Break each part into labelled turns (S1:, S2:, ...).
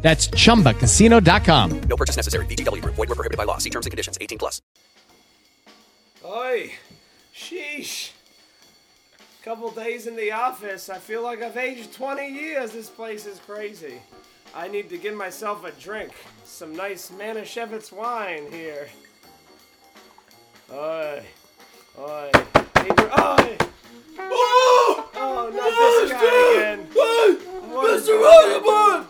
S1: That's chumbacasino.com.
S2: No purchase necessary. VGW Group. Void were prohibited by law. See terms and conditions. 18 plus.
S3: Oi, sheesh. Couple days in the office. I feel like I've aged 20 years. This place is crazy. I need to get myself a drink. Some nice Manischewitz wine here. Oi, oi, Hey, dr- oi!
S4: Oh,
S3: Oh, not this guy again. What is-
S4: Mr. Rosenbaum!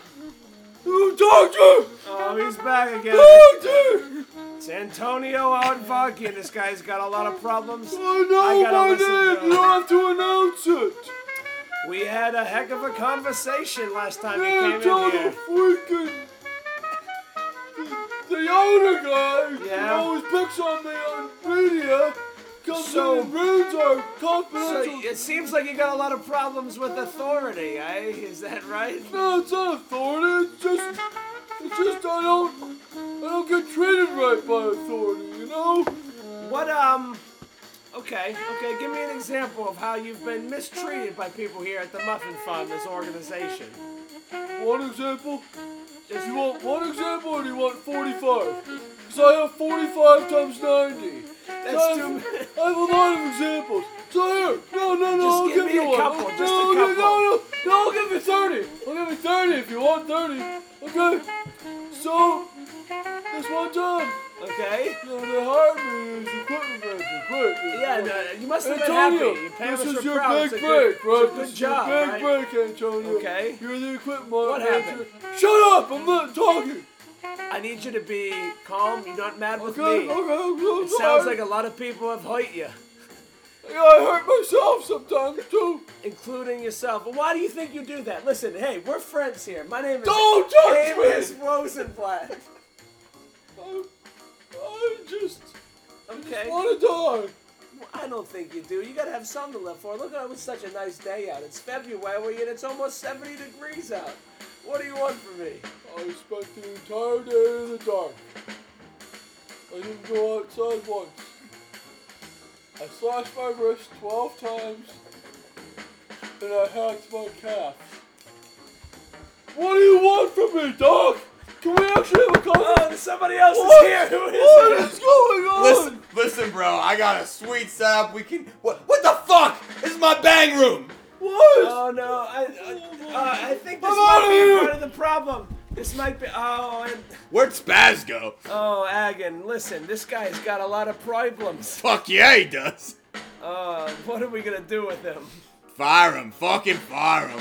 S4: You doctor!
S3: Oh, he's back again.
S4: Doctor!
S3: It's Antonio Audvaki. This guy's got a lot of problems.
S4: I
S3: I gotta
S4: know my
S3: listen to
S4: name!
S3: him.
S4: You have to announce it!
S3: We had a heck of a conversation last time
S4: Man,
S3: you came in
S4: tell
S3: here.
S4: the freaking... The owner guy who
S3: Yeah?
S4: always picks on me on media comes
S3: So-
S4: in and ruins our
S3: So
S4: confidential...
S3: it seems like you got a lot of problems with authority, eh? Is that right?
S4: No, it's not authority. It's just, it's just I don't, I don't get treated right by authority. You know?
S3: What um? Okay, okay. Give me an example of how you've been mistreated by people here at the Muffin Fund, this organization.
S4: One example. If you want one example, or do you want 45? Because I have 45 times 90.
S3: That's
S4: I have,
S3: too many.
S4: I have a lot of examples. So here, no, no, no,
S3: Just
S4: I'll
S3: give
S4: give,
S3: me
S4: you
S3: a
S4: one.
S3: couple,
S4: no,
S3: just a
S4: I'll
S3: couple.
S4: give- no, no, no, I'll give you 30. I'll give you 30 if you want 30. Okay. So, this one time,
S3: Okay.
S4: you know, they hired me as equipment manager. Quick.
S3: Yeah, no, you must have been happy.
S4: Antonio,
S3: Your parents
S4: this
S3: were
S4: is your
S3: proud.
S4: big
S3: It's a
S4: break,
S3: good,
S4: bro.
S3: It's a
S4: This
S3: good
S4: is
S3: job,
S4: your big
S3: right?
S4: break, Antonio.
S3: Okay.
S4: You're the equipment
S3: What
S4: manager. Shut up! I'm not talking.
S3: I need you to be calm. You're not mad with
S4: Okay,
S3: me.
S4: okay, okay.
S3: It sounds like a lot of people have hurt you,
S4: yeah, I hurt myself sometimes too.
S3: including yourself. But why do you think you do that? Listen, hey, we're friends here. My name is
S4: Don't touch me!
S3: Amos Rosenblatt.
S4: I, I just
S3: Okay.
S4: want to die.
S3: I don't think you do. You gotta have something to live for. Look, it was such a nice day out. It's February and it's almost 70 degrees out. What do you want from me?
S4: I spent the entire day in the dark. I didn't go outside once. I slashed my wrist 12 times, and I hacked my calf. What do you want from me, dog? Can we actually have a
S3: Oh,
S4: conversation?
S3: there's somebody else is
S4: What?
S3: here. Who
S4: What
S3: is
S4: is going on?
S5: Listen, listen, bro. I got a sweet setup. We can. What? What the fuck? This is my bang room.
S4: What?
S3: Oh no, I, I, uh, I think this
S4: I'm
S3: might
S4: outta
S3: be
S4: here.
S3: part of the problem. This might be. Oh, and,
S5: Where'd Spaz go?
S3: oh, Agon, listen, this guy's got a lot of problems.
S5: Fuck yeah, he does.
S3: Uh, what are we gonna do with him?
S5: Fire him. Fucking fire him.